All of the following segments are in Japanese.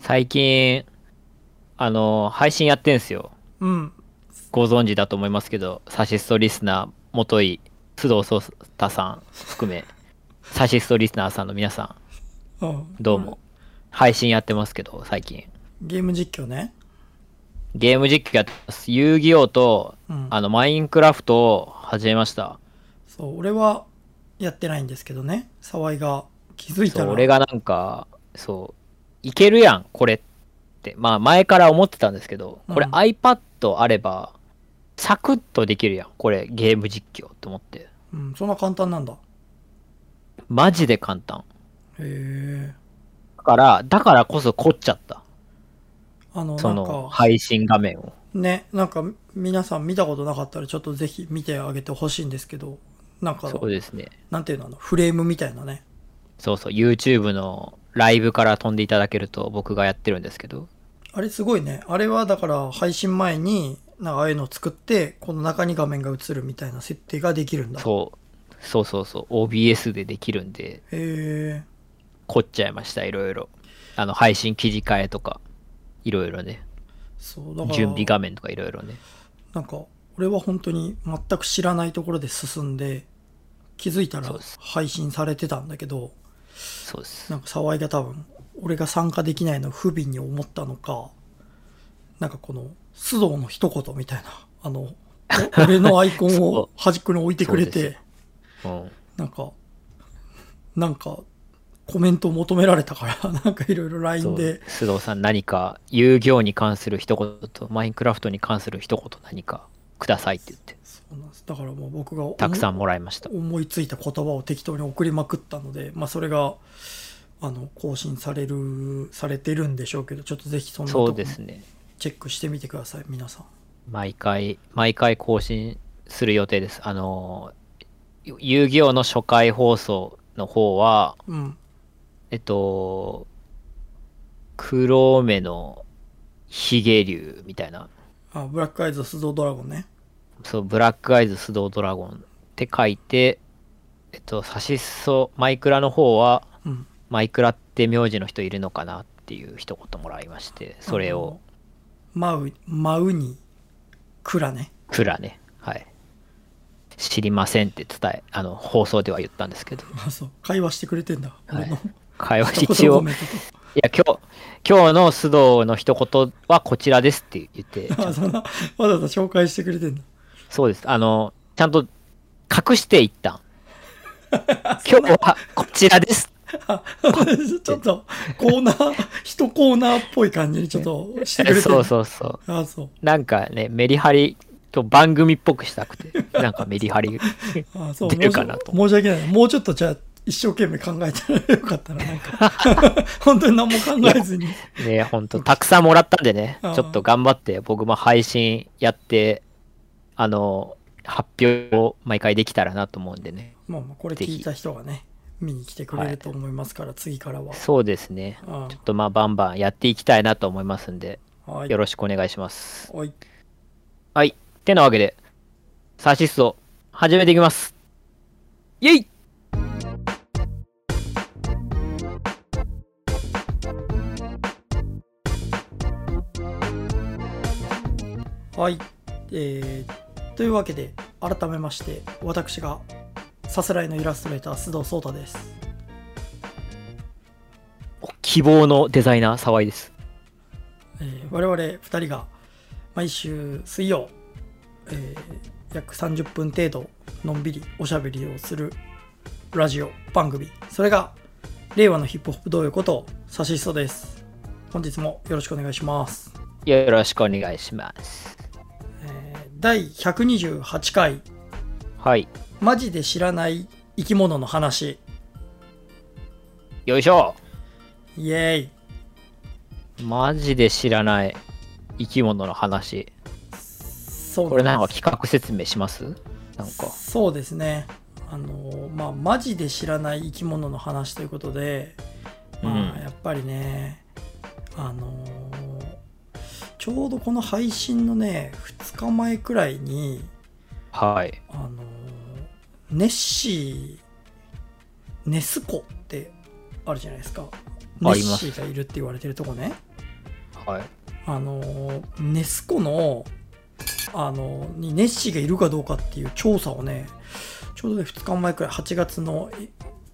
最近、あの、配信やってんすよ。うん。ご存知だと思いますけど、サシストリスナー、元井、須藤聡太さん含め、サシストリスナーさんの皆さあん、どうも。配信やってますけど、最近。ゲーム実況ね。ゲーム実況やってます。遊戯王と、うん。あの、マインクラフトを始めました。そう、俺はやってないんですけどね。沢井が気づいたそう、ら。俺がなんか、そう、いけるやん、これって。まあ、前から思ってたんですけど、これうん iPad あれば、サクッとできるやん、これ、ゲーム実況と思って。うん、そんな簡単なんだ。マジで簡単。へえ。だから、だからこそ凝っちゃった。あの、そなんの、か、配信画面を。ね、なんか皆さん見たことなかったらちょっとぜひ見てあげてほしいんですけど、なんか、そうですね。なんていうの、あのフレームみたいなね。そうそう、YouTube のライブから飛んでいただけると、僕がやってるんですけど。あれすごいね。あれはだから配信前に、なんかああいうのを作って、この中に画面が映るみたいな設定ができるんだ。そう、そうそうそう、OBS でできるんで、へえ。凝っちゃいました、いろいろ。あの、配信切り替えとか、いろいろね。そう、だから。準備画面とかいろいろね。なんか、俺は本当に全く知らないところで進んで、気づいたらそうです配信されてたんだけど、そうです。なんか沢井が多分、俺が参加できないのを不憫に思ったのか、なんかこの、須藤の一言みたいな、あの、お俺のアイ コンを端っこに置いてくれそうでて、うん。なんか、なんか、コメントを求められたから、なんかいろいろそ LINE うで、須藤さん何か遊戯王に関する一言とマインクラフトに関する一言何かくださいって言ってそうなんですだからもう僕が思いたくさんもらいました。思いついた言葉を適当に送りまくったので、まあ、それがあの更新されるされてるんでしょうけどちょっとぜひそんなとそこうですね。チェックしてみてください皆さん毎回、毎回更新する予定です。あのー、遊戯王の初回放送の方は、うんえっと、黒目のヒゲ竜みたいな、あブラックアイズ須藤ドラゴンねそう、ブラックアイズ須藤ドラゴンって書いて、えっと、サシソマイクラの方は、うんマイクラって名字の人いるのかなっていう一言もらいまして、それを、あのマウマウにクラね クラね、はい。知りませんって伝え、あの、放送では言ったんですけど、あそう会話してくれてんだ、はい俺の会話一一言コ 応、メいントや、今日、今日の須藤の一言はこちらですって言 って、とあそんなわざわざ紹介してくれてんだそうです。あの、ちゃんと隠していった ん。今日はこちらです。あ ちょっとコーナー一コーナーっぽい感じにちょっとしてくれてん そうだそうそう。あそうなんかね、メリハリと番組っぽくしたくて、 なんかメリハリ。あそう出るかなと申し訳ない。もうちょっとじゃあ、一生懸命考えたらよかったな、なんか。 本当に何も考えずに。ね、ほんと、たくさんもらったんでね、うんちょっと頑張って、僕も配信やって、あの、発表を毎回できたらなと思うんでね。まあまあ、これぜひ聞いた人がね、見に来てくれると思いますから、次からは。そうですね。うんちょっとまあ、バンバンやっていきたいなと思いますんで、はいよ。ろしくお願いします。はい。はい。てなわけで、サシスを始めていきます。イェイはい。えー、というわけで、改めまして、私が、さすらいのイラストレーター、須藤聡太です。希望のデザイナー、沢井です。えー我々2人が毎週水曜、えー約30分程度のんびりおしゃべりをするラジオ番組それが令和のヒップホップ同様ことサシストです本日もよろしくお願いします、よろしくお願いします。えー第128回はい。マジで知らない生き物の話よいしょイエーイマジで知らない生き物の話。そうこれなんでかす企画説明しますなんか。そうですねあのまあマジで知らない生き物の話ということで、まうあ、んやっぱりねあのちょうどこの配信のね2日前くらいにはい。あのネッシーネス湖ってあるじゃないですかあネッりますシーがいるって言われてるとこねはい。あのーネスコの、あのーにネッシーがいるかどうかっていう調査をねちょうどね2日前くらい8月の、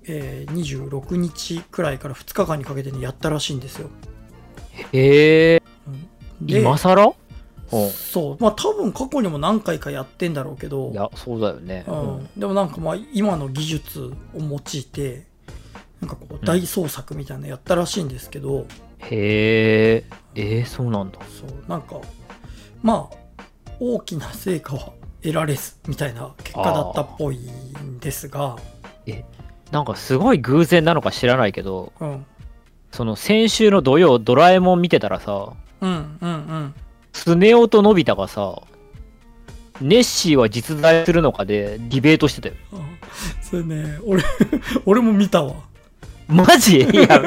えー26日くらいから2日間にかけてねやったらしいんですよ。ええうんー、で今更うん。そうまあ多分過去にも何回かやってんだろうけどいや、そうだよね。うん、でもなんかまあ今の技術を用いてなんかこう大創作みたいなのやったらしいんですけど、へえ、えー、そうなんだ。そうなんかまあ大きな成果は得られずみたいな結果だったっぽいんですが、なんかすごい偶然なのか知らないけど、うん、その先週の土曜、ドラえもん見てたらさ、うんうんうんスネ夫とのび太がさ、ネッシーは実在するのかでディベートしてたよ。あそれね俺 俺も見たわマジ いや、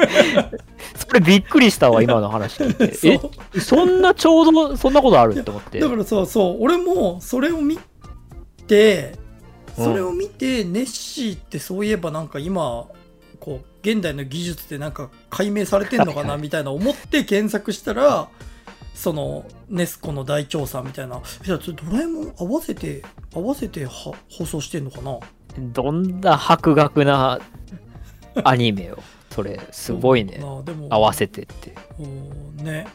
それびっくりしたわ、今の話聞 そういて。え、そんなちょうどそんなことあるって思って。だからそうそう俺もそれを見てそれを見て、ネッシーってそういえばなんか今こう現代の技術でなんか解明されてんのかはいはないみたいな思って検索したらそのネスコの大調査みたいな「いやちょドラえもん合わせて合わせては放送してんのかな?」どんな博学なアニメよ。それ、すごいね。まあでも合わせてって。おーね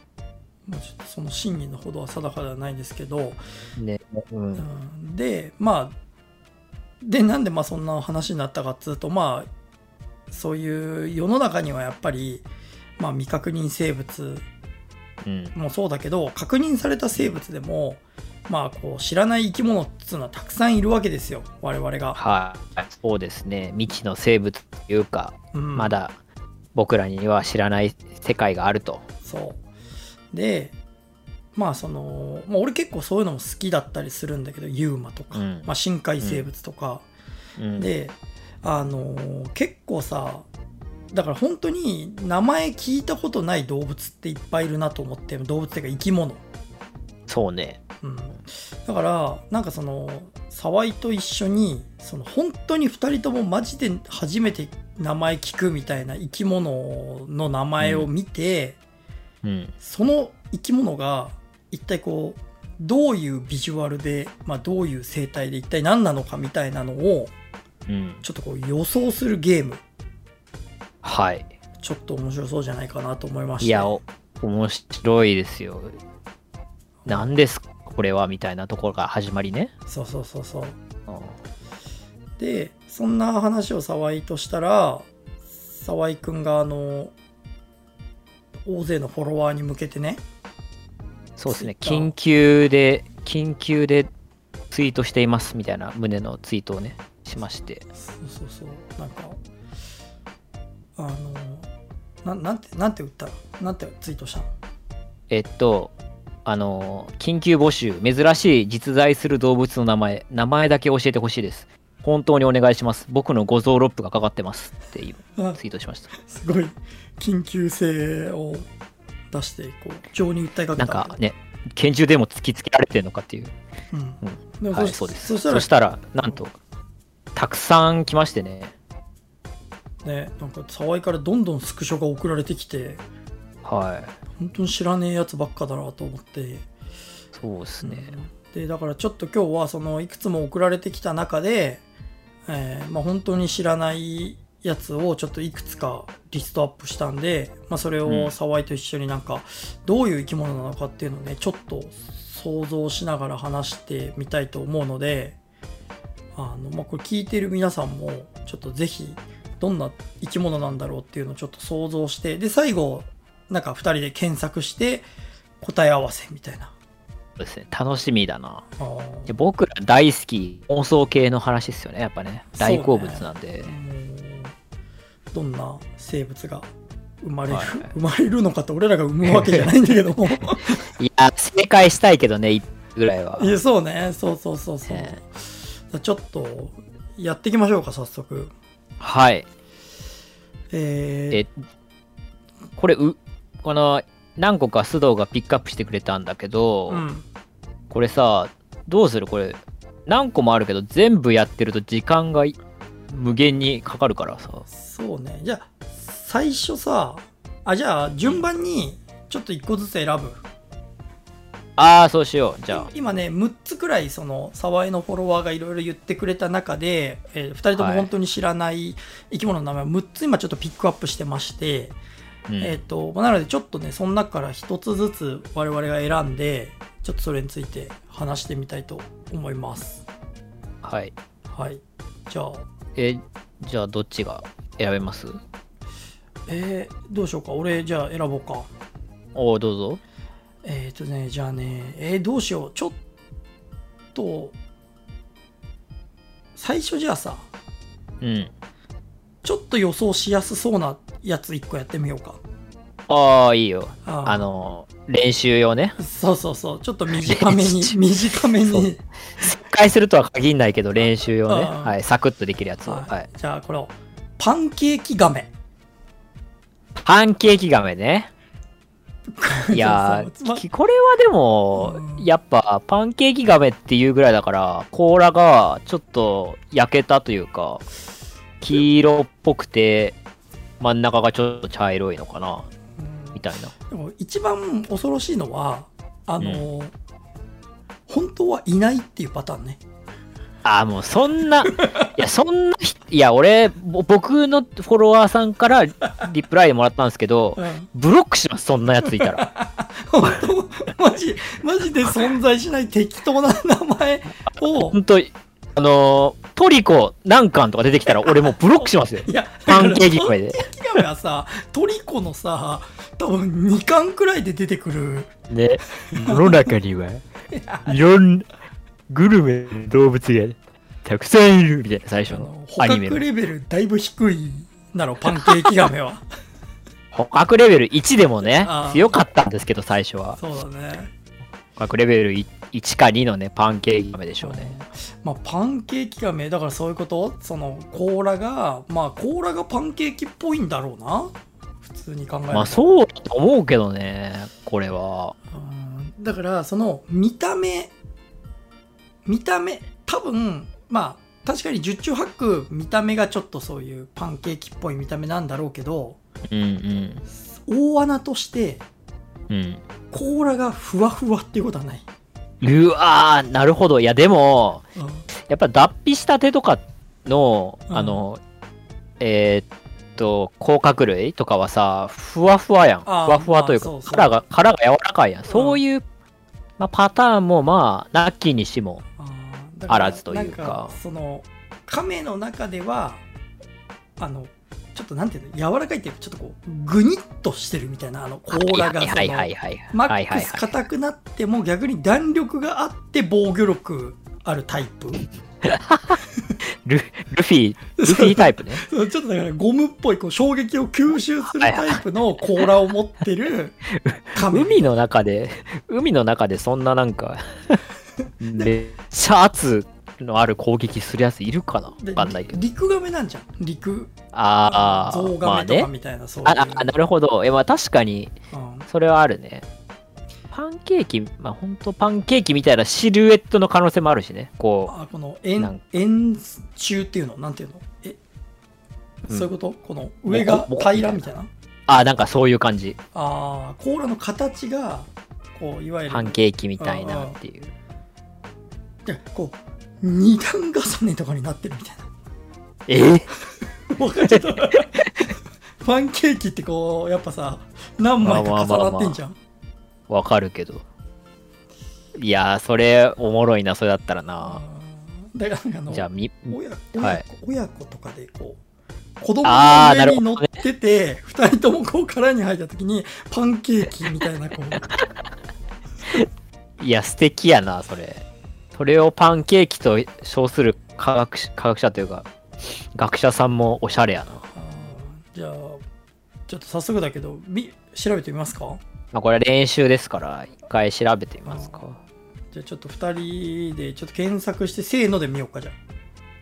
まあちょっとその真偽のほどは定かではないですけど、ね。うんうんでまあでなんでまあそんな話になったかっつうとまあそういう世の中にはやっぱり、まあ、未確認生物うんもそうだけど確認された生物でもまあこう知らない生き物っつうのはたくさんいるわけですよ我々が、はい、そうですね未知の生物というか、うんまだ僕らには知らない世界があるとそうでまあその、まあ、俺結構そういうのも好きだったりするんだけどユーマとか、うんまあ、深海生物とか、うんであのー結構さだから本当に名前聞いたことない動物っていっぱいいるなと思って動物っていうか生き物、そうねうん、だからなんかその沢井と一緒にその本当に2人ともマジで初めて名前聞くみたいな生き物の名前を見て、うんその生き物が一体こうどういうビジュアルで、まあ、どういう生態で一体何なのかみたいなのをうんちょっとこう予想するゲームはいちょっと面白そうじゃないかなと思いましたいやお面白いですよ何ですかこれはみたいなところから始まりね、そうそうそうそううんでそんな話を沢井としたら沢井くんがあの大勢のフォロワーに向けてねそうですねツイッター緊急で緊急でツイートしていますみたいな胸のツイートをねしましてそうそうそうなんかあのななんてなんて打ったのなんてツイートしたのえっと、あの、緊急募集、珍しい実在する動物の名前、名前だけ教えてほしいです。本当にお願いします。僕の五臓六腑がかかってます。っていうあツイートしま した。すごい緊急性を出してこう情に訴えかけたなんか、ね、拳銃でも突きつけられてるのかっていう。うんうんでもはい、そそうです。そそしたらしたら、なんと、たくさん来ましてね。ねなんか沢井からどんどんスクショが送られてきてはい。本当に知らねえやつばっかだなと思って、そうですね。でだからちょっと今日はそのいくつも送られてきた中で、えーまあ、本当に知らないやつをちょっといくつかリストアップしたんで、まあ、それうをん沢井と一緒になんかどういう生き物なのかっていうのをねちょっと想像しながら話してみたいと思うのであの、まあ、これ聞いてる皆さんもちょっとぜひどんな生き物なんだろうっていうのをちょっと想像してで最後なんか2人で検索して答え合わせみたいな。そうですね。楽しみだな。あーで僕ら大好き、妄想系の話ですよね。やっぱね。大好物なんで。どんな生物が生まれる、はい生まれるのかって俺らが産むわけじゃないんだけど もいや、正解したいけどね、一ぐらいは。いやそうねそうそうそうそう、えちょっとやっていきましょうか早速はい。えーえ、これ、う、この、何個か須藤がピックアップしてくれたんだけど、うん、これさ、どうするこれ、何個もあるけど、全部やってると時間がい無限にかかるからさ。そうねじゃあ最初さあじゃあ順番にちょっと1個ずつ選ぶああ、そうしよう。じゃ今ね6つくらいその沢江のフォロワーがいろいろ言ってくれた中で、え2人ともはい本当に知らない生き物の名前を6つ今ちょっとピックアップしてまして、あ。うんえっ、とまあなのでちょっとねその中から1つずつ我々が選んでちょっとそれについて話してみたいと思いますはい。はいじゃあえ、じゃあ、どっちが選べますえーどうしようか俺じゃあ選ぼうかおお、どうぞ。えっ、とねじゃあねえーどうしようちょっと最初じゃあさうん。ちょっと予想しやすそうなやつ1個やってみようか。ああ、いいよ。あーあの、練習用ね。そうそうそう、ちょっと 短めに、短めそうに。一回するとは限んないけど、練習用ね。あーはい。サクッとできるやつを。ははいい。じゃあ、これを、パンケーキガメ。パンケーキガメね。いや そうそうー、きこれはでもう、んやっぱパンケーキガメっていうぐらいだから、甲羅がちょっと焼けたというか、黄色っぽくて、真ん中がちょっと茶色いのかな、みたいな。うんでも一番恐ろしいのは、あのー本当はいないっていうパターンね。ああ、もうそん な、いや、そんなひ、いや、俺、ぼ僕のフォロワーさんからリプライでもらったんですけど、うんブロックします、そんなやついたら。本当、マジ、マジで存在しない適当な名前を、本当あのートリコ何巻とか出てきたら、俺もうブロックしますよ。いや、パンケーキガメで。パンケーキガメはさ、トリコのさ、多分2巻くらいで出てくる。ね、世の中に はいろんなグルメの動物がたくさんいるみたいな最初あののア捕ニメ獲のレベルだいぶ低いなのパンケーキガ メは捕獲レベル1でもねあー強かったんですけど最初はそうだね捕獲レベル1か2のねパンケーキ豆でしょうねまあパンケーキガメだからそういうことその甲羅がまあ甲羅がパンケーキっぽいんだろうな普通に考えると、まあそうだと思うけどねこれはうんだからその見た目見た目多分まあ確かに十中八九見た目がちょっとそういうパンケーキっぽい見た目なんだろうけどうんうん大穴としてうん甲羅がふわふわっていうことはない、うわーなるほどいやでもうんやっぱ脱皮したてとかの、うんあの、えーっと、甲殻類とかはさ、ふわふわやん。ふあーわふわというか、まあそうそう殻が、殻が柔らかいやん。そういう、まあ、パターンも、まあ、なきにしも。あーだからあらずというかなんその亀の中ではあのちょっとなんていうの柔らかいっていうかちょっとこうぐにっとしてるみたいなあの甲羅がはいそはいはいのはいはい。マはいッはクいスはい。硬くなっても逆に弾力があって防御力あるタイプルルフ ィ、ルフィタイプね。そうちょっとだからゴムっぽいこう衝撃を吸収するタイプの甲羅を持ってる亀海の中で、海の中でそんななん か、めっちゃ圧のある攻撃するやついるかなわでかんないけど。陸亀なんじゃん陸ああ、ゾまウガあメとねか。みたいな、そういうああなるほど。え、まあ確かに、うんそれはあるね。パンケーキ、まあ本当パンケーキみたいなシルエットの可能性もあるしね。こあこのなん円円柱っていうのなんていうのえ、うんそういうことこの上がボコボコ平らみたいなう、あなんかそういう感じ。あー甲羅の形がこういわゆるパンケーキみたいなっていう。でこう二段重ねとかになってるみたいなえーわかんないち ょっとパンケーキってこうやっぱさ何枚か重なってんじゃん、わかるけど。いやー、それおもろいな、それだったらな。うんだからなんかあのじゃあ、み、親親,、はい親子とかでこう子供のあー上にな乗るっほどてて、二人ともこう殻に入った時にパンケーキみたいなこういや、素敵やな、それ。それをパンケーキと称する科学し科学者というか、学者さんもおしゃれやな。あーじゃあちょっと早速だけどみ調べてみますかまあ、これは練習ですから、一回調べてみますか。じゃあちょっと2人でちょっと検索してせーので見ようかじゃ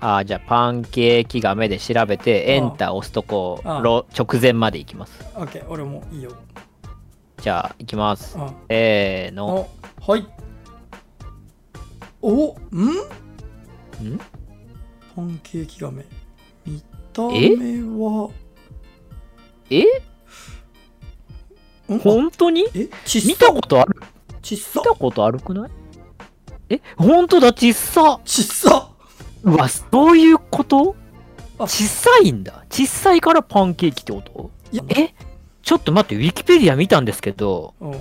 あーじゃあパンケーキが目で調べてエンター押すとこうああろ直前まで行きますあ OK 俺もいいよじゃあ行きますあせーのあはいおんんパンケーキガメ見た目えはえんあ本当にえちっさ見たことあるちっ見さたことあるくないえ本当だちっさちっさうわそういうことあちっさいんだちっさいからパンケーキってこといやえちょっと待ってウィキペディア見たんですけどうん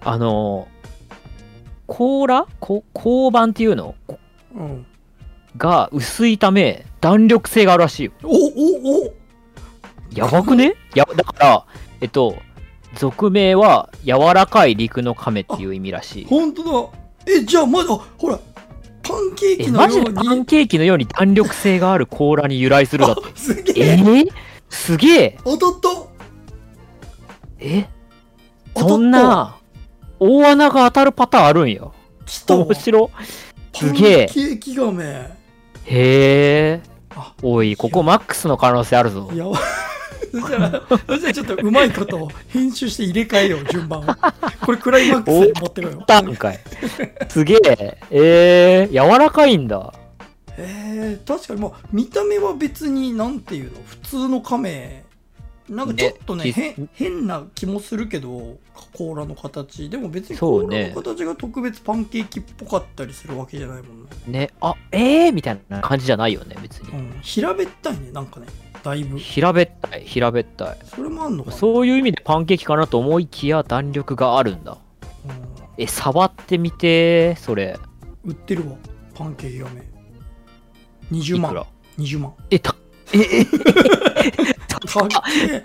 あの甲羅こ甲板っていうのこうんが薄いため弾力性があるらしいよおおおやばくねやだからえっと俗名は柔らかい陸の亀っていう意味らしい本当だえじゃあまだあほらパンケえーキのよマジうでパンにケーキのように弾力性がある甲羅に由来するだあとすげええーすげえ当たったえ当たったそんな大穴が当たるパターンあるんや来た面白パンすケげえーキガメへえあおいここマックスの可能性あるぞい やばそしたらそしたらちょっとうまいことを編集して入れ替えよう順番をこれクライマックスに持ってこようパターンかいすげええー、柔らかいんだえー、確かにまあ見た目は別になんていうの普通の亀なんかちょっとねねへん変な気もするけど甲羅の形でも別にそ甲うね羅の形が特別パンケーキっぽかったりするわけじゃないもんねねあえー、みたいな感じじゃないよね別うにん平べったいねなんかねだいぶ平べったい平べったいそれもあんのかなそういう意味でパンケーキかなと思いきや弾力があるんだうえ触ってみてそれん売ってるわパンケーキがねい20く万ら20万えたええ高っけ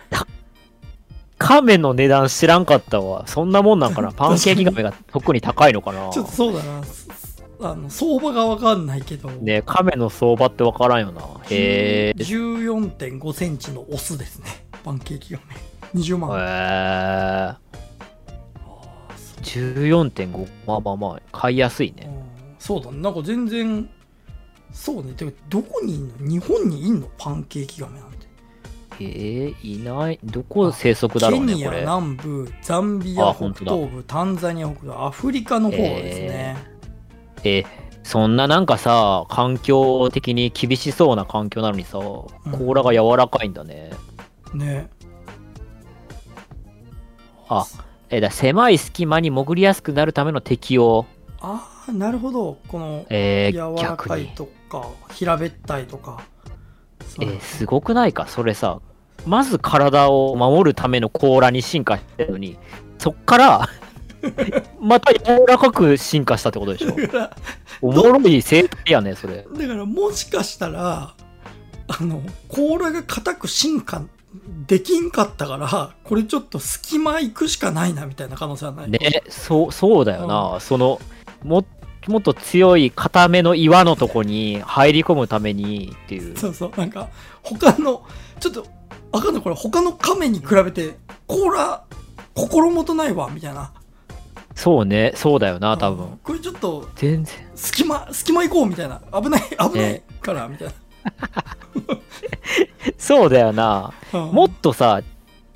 亀の値段知らんかったわそんなもんなんか なパンケーキ亀が特に高いのかなちょっとそうだなすすあの相場がわかんないけどね亀の相場って分からんよなへえ14.5センチのオスですねパンケーキがね20万へえ14.5まあまあまあ買いやすいねうんそうだねなんか全然そうねてかどこにいんの日本にいんのパンケーキガメなんてへえいないどこ生息だろうケねニこアれ南部ザンビアあ北本当だ東部タンザニア北部アフリカの方ですね、えそんななんかさ環境的に厳しそうな環境なのにさ甲羅が柔らかいんだね、ねあえだ狭い隙間に潜りやすくなるための適応ああなるほどこのえー柔ら逆かにいとか平べったいとかそえうーすごくないかそれさまず体を守るための甲羅に進化してるのにそっから また柔らかく進化したってことでしょ だからおもろい生態やねそれだからもしかしたらあの甲羅が硬く進化できんかったからこれちょっと隙間行くしかないなみたいな可能性はない、ねそうそうだよな、そのももっと強い固めの岩のとこに入り込むためにっていうそうそうなんか他のちょっとあかんないこれ他の亀に比べて甲羅心もとないわみたいなそうねそうだよな多うん分これちょっと全然 隙間隙間行こうみたいな危ない危ないねからみたいな、そうだよなうんもっとさ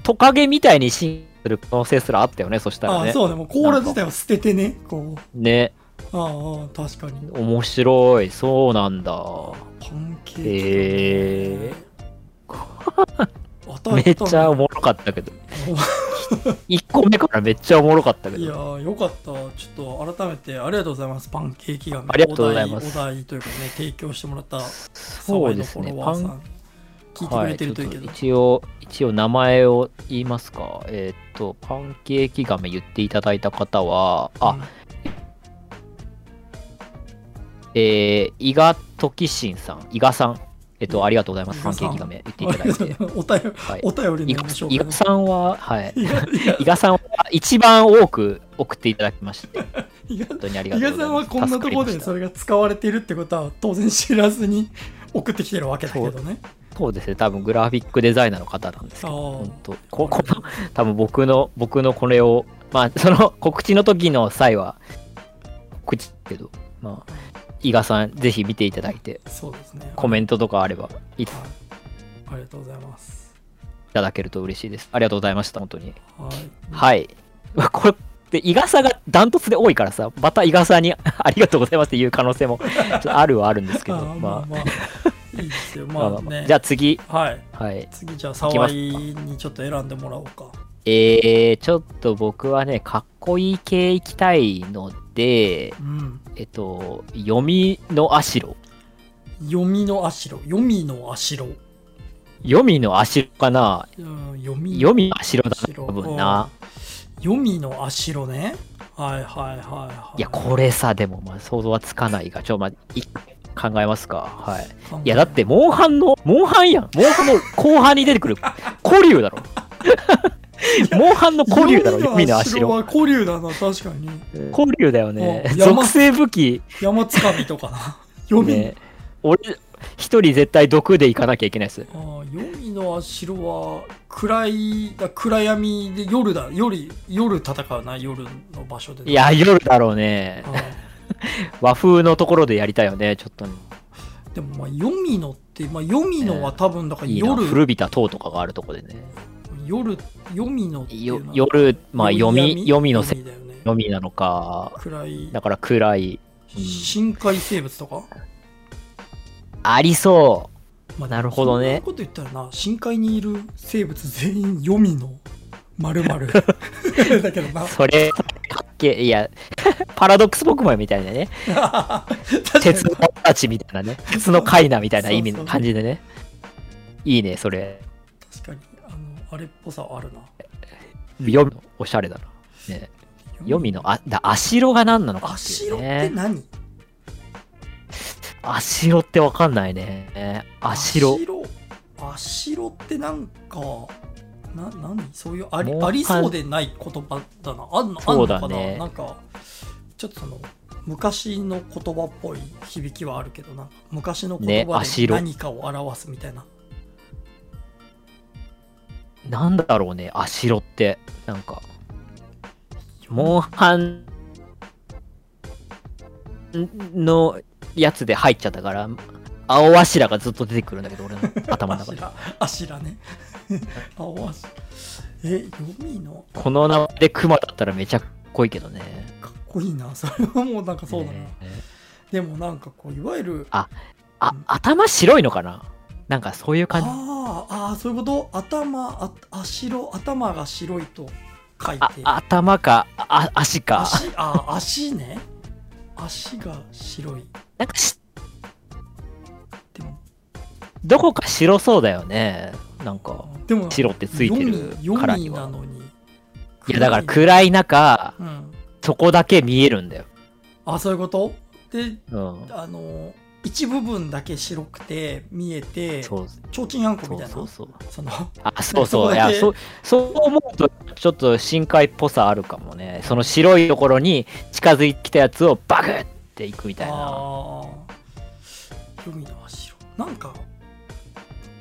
トカゲみたいに進化する可能性すらあったよねそしたらあねそうねもう甲羅自体を捨ててねこうねああ確かに面白いそうなんだパンケーキ、へ当たったねめっちゃおもろかったけど1個目からめっちゃおもろかったけいやどーよかったちょっと改めてありがとうございますパンケーキがありがとうございますお題お題というかね提供してもらったそうですねサパバインのフォロワーさん聞いてくれてるといはいちょっけど、と一応一応名前を言いますかえーっとパンケーキ亀言っていただいた方はあ、うんえー伊賀時信さん伊賀さんえっとありがとうございます伊パン賀ケさんーキ亀言っていただいて お便りはいお便り伊の賀紹伊介賀さんははいいやいや伊賀さんは一番多く送っていただきまして本伊賀当にありが 伊とう賀ございまさんはすこんなところで助かりそましれが使われているってことは当然知らずに 送ってきてるわけだけどねたそうですね多分グラフィックデザイナーの方なんですけあどー本当ここの多分僕の僕のこれをまあその告知の時の際は告知けどまあ伊賀さんぜひ見ていただいてそうですねコメントとかあればいはいありがとうございます。ただけると嬉しいですありがとうございました本当にはい。はいまあこれで伊賀さんがダントツで多いからさまた伊賀さんに ありがとうございますって言う可能性もちょっとあるはあるんですけど あーまあままあ、い いですよ。あまあままああね。じゃあ次はい。はい次じゃあ、沢井にちょっと選んでもらおうか。えー、ちょっと僕はね、かっこいい系行きたいので、うん。えっと、読みのアシロ。読みのあしろ。読みのあしろ。読みのアシロかなうん読み読みのアシロだアシロな、多分な。読みのあしろね。はいはいはいはい。いや、これさ、でも、まあ、想像はつかないが、ちょ、まあ、一回考えますか。はい。考えいや、だって、モンハンの、モンハンやん。モンハンの後半に出てくる、古竜だ ろ。モンハンの古竜だろ、読み弓ののあ足しろの。は古竜だな、確かに。古竜だよねう。ん山属性武器、山つかみとかな。 読み、ね。俺、一人絶対毒で行かなきゃいけないです。あー読みのあしろは暗いだ暗闇で夜だ夜夜戦うな夜の場所でいや、夜だろうねあ。ー和風のところでやりたいよね、ちょっと。でもまあ読みのって、まあ、読みのは多分だからいいな。夜、古びた塔とかがあるとこでね。夜読みのっていうよのは夜、まあ、読み、読みのせ読みだよね読みなのか、暗いだから暗い。うん深海生物とか、ありそう。まあなるほどねそんなこと言ったらな深海にいる生物全員読みのまる まる だけどなそれ、かっけえいや、 パラドックスポクマンみたいなね、確鉄かのたちみた いなね、鉄のカイナみたいな意味そうそのう感じでね。いいね、それ。にあのあれっぽさあるな読むのおしゃれだな。ね、読みの、あ、だ、アシロが何なのかあってしいろうってね。何アシロってわかんないね。アシロ。あしろってなんかな何そういうありもうかんありそうでない言葉だなあんのあんそのうかだな、ねなんかちょっとその昔の言葉っぽい響きはあるけどな昔の言ね葉あでしろ何かを表すみたいな、なんだろうね、アシロって。なんか、モンハンのやつで入っちゃったから、青アシラがずっと出てくるんだけ ど、俺の頭のあ中しで。らあしらね 青あしえ読みのこの名前でクマだったらめちゃかっこいいけどね。かっこいいなそれはもうなんかそうだな、ねでもなんかこういわゆるあ、頭白いのかななんかそういう感じ。あーあーそういうこと頭ああ白頭が白いと書いてあ頭かあ足か。足あー足ね足が白いなんかしでもどこか白そうだよね。なんかでも白ってついてるからになは。のにいやだから暗い中、うんそこだけ見えるんだよ。あそういうことでうん。あの一部分だけ白くて見えてそう提灯あんこそみうたいなそうそう。そのあ、そうそそこう。いだやけ、そう、そう思うと、ちょっと深海っぽさあるかもね。その白いところに近づいてきたやつをバグっていくみたいな。あー海の足なんか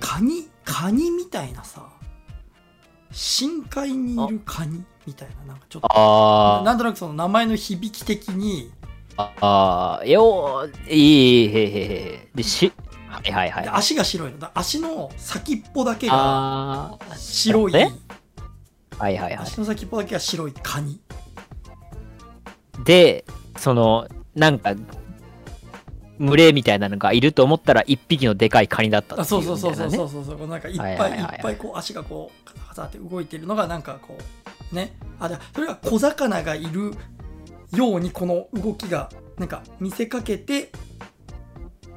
カニカニみたいなさ深海にいるカニみたいななんかちょっとあーなんとなくその名前の響き的にああ、よー、いい、へへへへ。で、し、はいはいはい。で足が白いのだ足の先っぽだけがあ白いなるほあ、はいはいはい。足の先っぽだけが白いカニで、その、なんか、群れみたいなのがいると思ったら、一匹のでかいカニだったあっていそううみそうそうたそいうなそね。うそうそうなんかいっぱはいいはいいはいはいっぱいこう足がこうカタカタって動いてるのがなんかこうねあでそれが小魚がいるようにこの動きがなんか見せかけて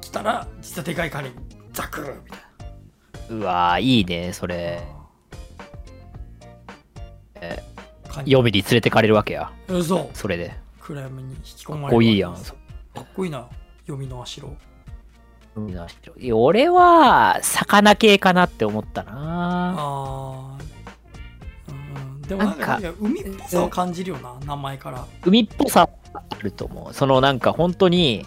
きたら実はでかいカニザクーみたいうわー、いいね、それ。えなカニ読みに連れてかれるわけや。そうそれで。暗闇に引き込かまれっこいいやんかっこいいな読みの足ろいや俺は、魚系かなって思ったな。あーうんでもなんかなん海っぽさを感じるよな名前から海っぽさあると思うそのなんか本当に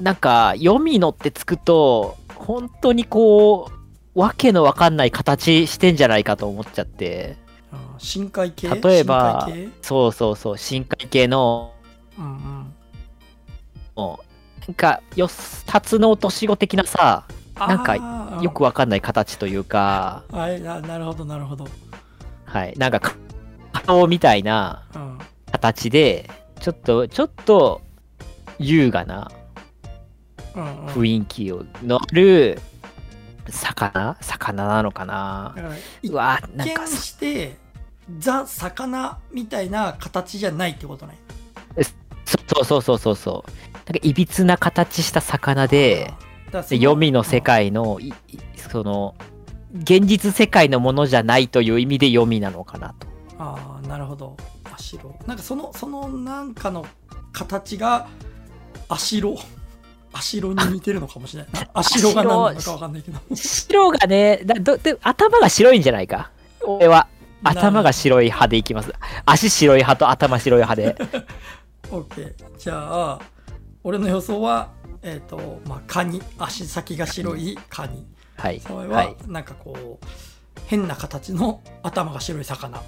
なんか「読みの」ってつくと本当にこうわけのわかんない形してんじゃないかと思っちゃってうん深海系例えば深海系そうそうそう深海系のうんうんもうなんかよタツノオトシゴ的なさなんかかよくわかんない形というか、はいななるほどなるほど、はいなんか顔みたいなうん、形でちょっとちょっと優雅なうんうん雰囲気をのある魚魚なのかなだからう一わなんか見してザ魚みたいな形じゃないってことねそうそうそうそうそうなんかいびつな形した魚でだからで読みの世界のいいその現実世界のものじゃないという意味で読みなのかなとああなるほどアシロなんかそのそのなんかの形がアシロアシロに似てるのかもしれない なアシロが何なのかわかんないけど白がねだどで頭が白いんじゃないか俺は頭が白い派でいきます足白い派と頭白い派で オッケーじゃあ俺の予想はえっ、とまあカニ足先が白いカニはいそれははいなんかこう、変な形の頭が白い魚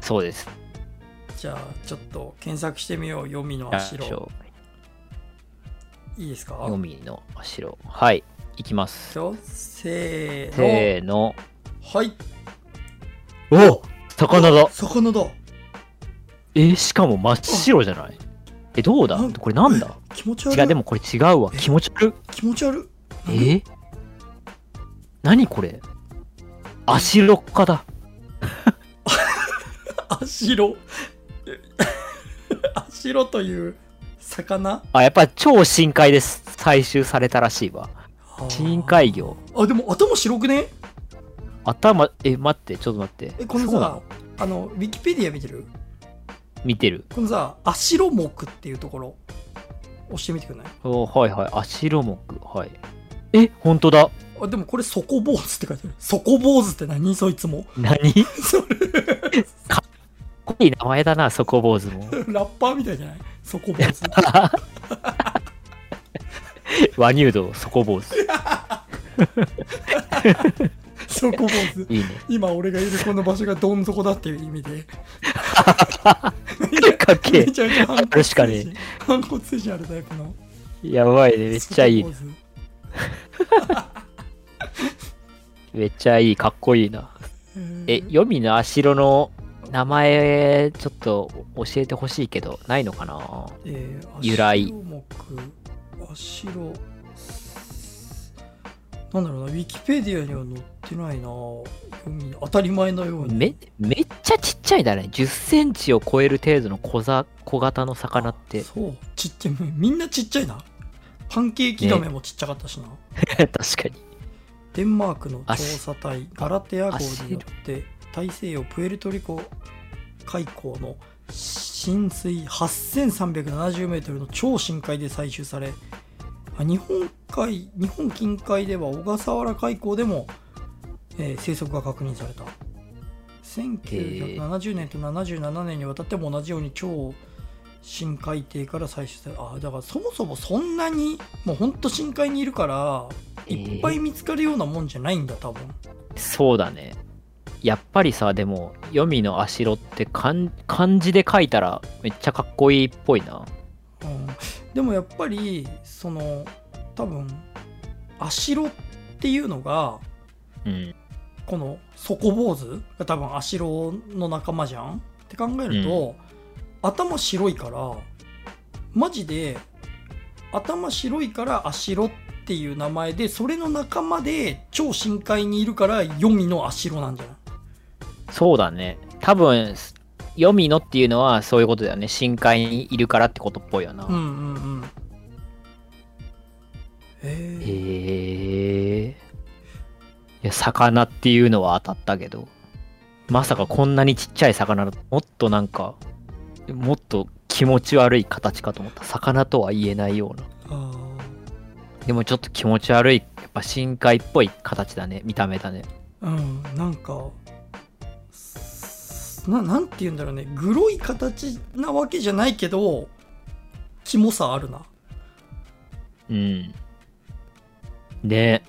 そうですじゃあちょっと検索してみよう読みのアシロいいですか読みの白はいいきますいくよせーのせーのはいお魚だ魚だえーしかも真っ白じゃないえどうだなんこれなんだ気持ち悪い違うでもこれ違うわえ気持ち悪い気持ち悪えいー何これアシロッカだアシ ロアシロという魚あやっぱ超深海です採集されたらしいわ深海魚あでも頭白くね頭え待ってちょっと待ってえこのそうなさあのウィキペディア見てる見てるこのさアシロ目っていうところ押してみてくんないおはいはいアシロモクはいえ本当だあでもこれ底坊主って書いてある底坊主って何そいつも 何かそれっこいい名前だなそこ坊主もラッパーみたいじゃない 底坊主ワニュードそこ坊主底坊主いいね今俺がいるこの場所がどん底だっていう意味で かっけめちゃめちゃ反骨確か精に神反骨精神あるタイプのえやばいねめっちゃいい底坊主めっちゃいいかっこいいなえ読みの足ロの名前ちょっと教えてほしいけどないのかなえー由来アシロ目アシロなんだろうなウィキペディアには載ってないな読み当たり前のようにめめっちゃちっちゃいだね1 0センチを超える程度の小ざ小型の魚ってそうちっちゃいみんなちっちゃいなパンケーキガメもちっちゃかったしな、 確かにデンマークの調査隊ガラテア号によって大西洋プエルトリコ海溝の浸水 8370m の超深海で採集されあ日本海日本近海では小笠原海溝でも、えー生息が確認された1970年と77年にわたっても同じように超深海底から採取されあだからそもそもそんなにもうほんと深海にいるからえーいっぱい見つかるようなもんじゃないんだ多分そうだねやっぱりさでも「読みの足ロって漢漢字で書いたらめっちゃかっこいいっぽいなうん、でもやっぱりその多分アシロっていうのがうんこの底坊主が多分アシロの仲間じゃんって考えると、頭白いからマジで頭白いからアシロっていう名前でそれの仲間で超深海にいるから黄泉のアシロなんじゃないそうだね多分「読みの」っていうのはそういうことだよね深海にいるからってことっぽいよな、うんうんうんえーへえいや魚っていうのは当たったけどまさかこんなにちっちゃい魚だともっとなんかもっと気持ち悪い形かと思った魚とは言えないようなあでもちょっと気持ち悪いやっぱ深海っぽい形だね見た目だねーうんなんかすななんて言うんだろうねグロい形なわけじゃないけどキモさあるなうんね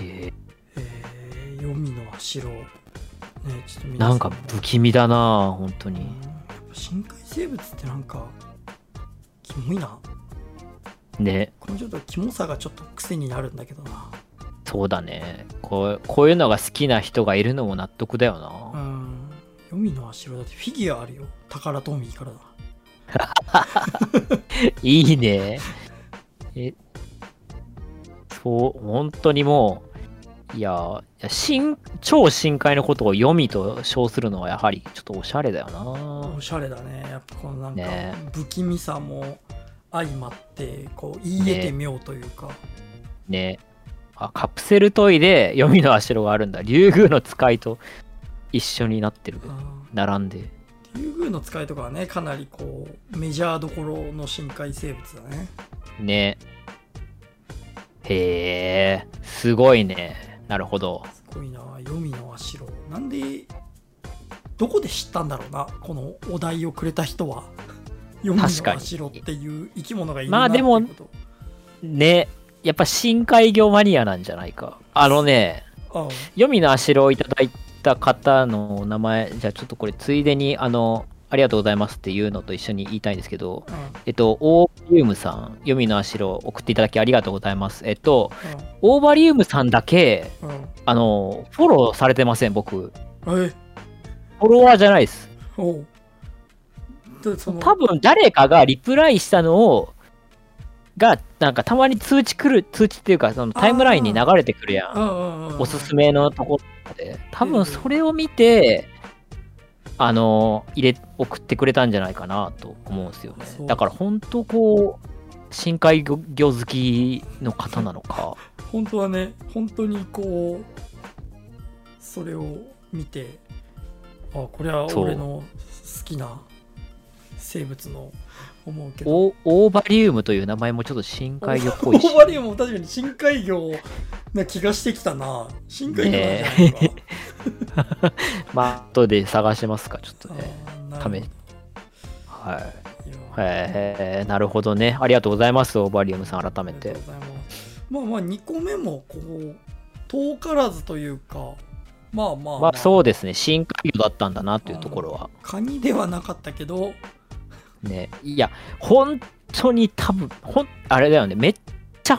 うんええー、黄泉の足をねちょっとー皆さなんかも不気味だな本当うんにやっぱ深海生物ってなんかキモいなねこのちょっとキモさがちょっと癖になるんだけどなそうだねこうこういうのが好きな人がいるのも納得だようなん黄泉の足だってフィギュアあるよ宝トミーからだいい ね。え、そう、本当にもう、いやーいや深超深海のことを読みと称するのはやはりちょっとおしゃれだよなおしゃれだねやっぱこのなんかね不気味さも相まってこう言い得て妙というか、ねあカプセルトイで読みの足があるんだ竜宮の使いと一緒になってるうん並んでリュウグウの使いとかはねかなりこうメジャーどころの深海生物だねねへえすごいねなるほどすごいな黄泉の足郎なんでどこで知ったんだろうなこのお題をくれた人は黄確泉かのに足郎っていう生き物がいるまなあってでいうもこと、ねやっぱ深海魚マニアなんじゃないかあのねああ読みのあしろをいただいた方のお名前じゃあちょっとこれついでにあのありがとうございますっていうのと一緒に言いたいんですけどうえっとオーバリウムさん読みのあしろ送っていただきありがとうございますえっとんオーバリウムさんだけうんあのフォローされてません僕フうんえォロワーじゃないですおうでその多分誰かがリプライしたのをがなんかたまに通知来る通知っていうかそのタイムラインに流れてくるやんうんうんうんおすすめのところで多分それを見て、あの入れ送ってくれたんじゃないかなと思うんですよねそうだから本当こう深海魚魚好きの方なのか本当はね本当にこうそれを見てあこれはそう俺の好きな生物の思うけどオオーバリウムという名前もちょっと深海魚っぽいし オーバリウムも確かに深海魚な気がしてきたな深海魚なんじゃないか、まあ後で探しますかちょっとねあーためなるはいほどいやえー、なるほどねありがとうございますオーバリウムさん改あめりがとうてございますまあまあ2個目もこう遠からずというかまあまあ、まあそうですね深海魚だったんだなというところはカニではなかったけどねいや本当に多分ほんあれだよねめっちゃ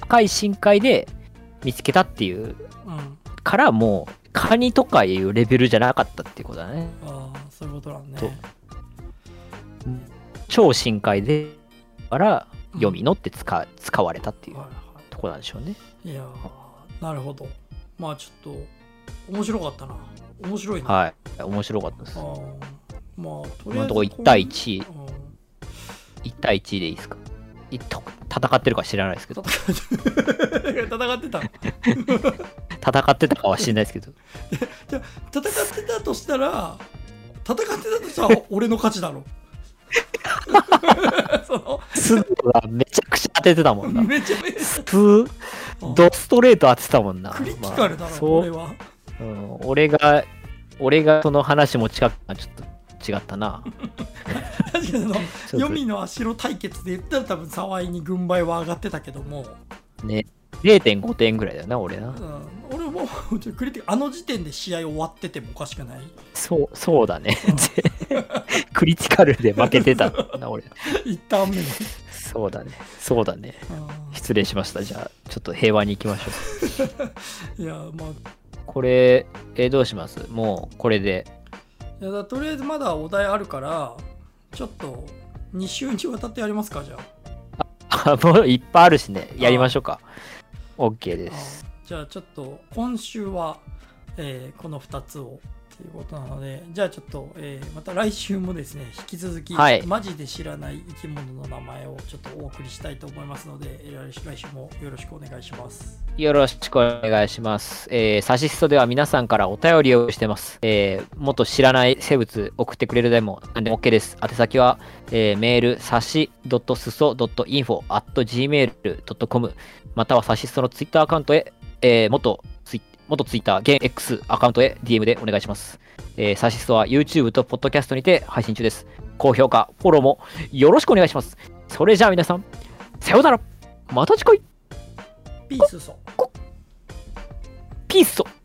深い深海で見つけたっていううんからもうカニとかいうレベルじゃなかったっていうことだねああそういうことなんねと超深海でから読みのって使使われたっていうはいはところなんでしょうねいいやーなるほどまあちょっと面白かったな面白いな、い、はい面白かったですあーまあとり今あえのずところ1対11うん 対1でいいですかいと戦ってるか知らないですけど戦って戦ってたの戦ってたかは知らないですけ ど戦ってたとしたら戦ってたとしたら俺の勝ちだろ そスープがめちゃくちゃ当ててたもんのなめちゃめちスーゃドストレート当てたもんな。クリティカルだまあろ、そ俺う、は うん。俺が、俺がその話も近くあちょっと違ったな。確かにあのちょっ黄泉の足の対決で言ったら多分沢井に軍配は上がってたけども、とね、0.5点ぐらいだよな、俺なう。ん、俺も ちょクリティカルあの時点で試合終わっててもおかしくないそう、そうだ ね。クリティカルで負けてたな、俺。一旦目で、そうだね。そうだね。う失礼しました。じゃあ、ちょっと平和に行きましょう。んいやまあこれ、えーどうしますもう、これで。いやだとりあえずまだお題あるからちょっと2週にわたってやりますかじゃああもういっぱいあるしね。やりましょうか。OK あです。じゃあちょっと今週は、えーこの2つをっていうことなのでじゃあちょっと、えーまた来週もですね引き続き、はいマジで知らない生き物の名前をちょっとお送りしたいと思いますのでえー来週もよろしくお願いしますよろしくお願いします。えー、サシストでは皆さんからお便りをしてます。えー、もっと知らない生物送ってくれるでも何でも OK です。宛先は、えーメール、サシ .suso.info.gmail.com またはサシストのツイッターアカウントへ、えー、元ツイ元ツイッター、現 X アカウントへ DM でお願いします。えー、サシストは YouTube と Podcast にて配信中です。高評価、フォローもよろしくお願いします。それじゃあ皆さん、さようならまた次回ピースソピースと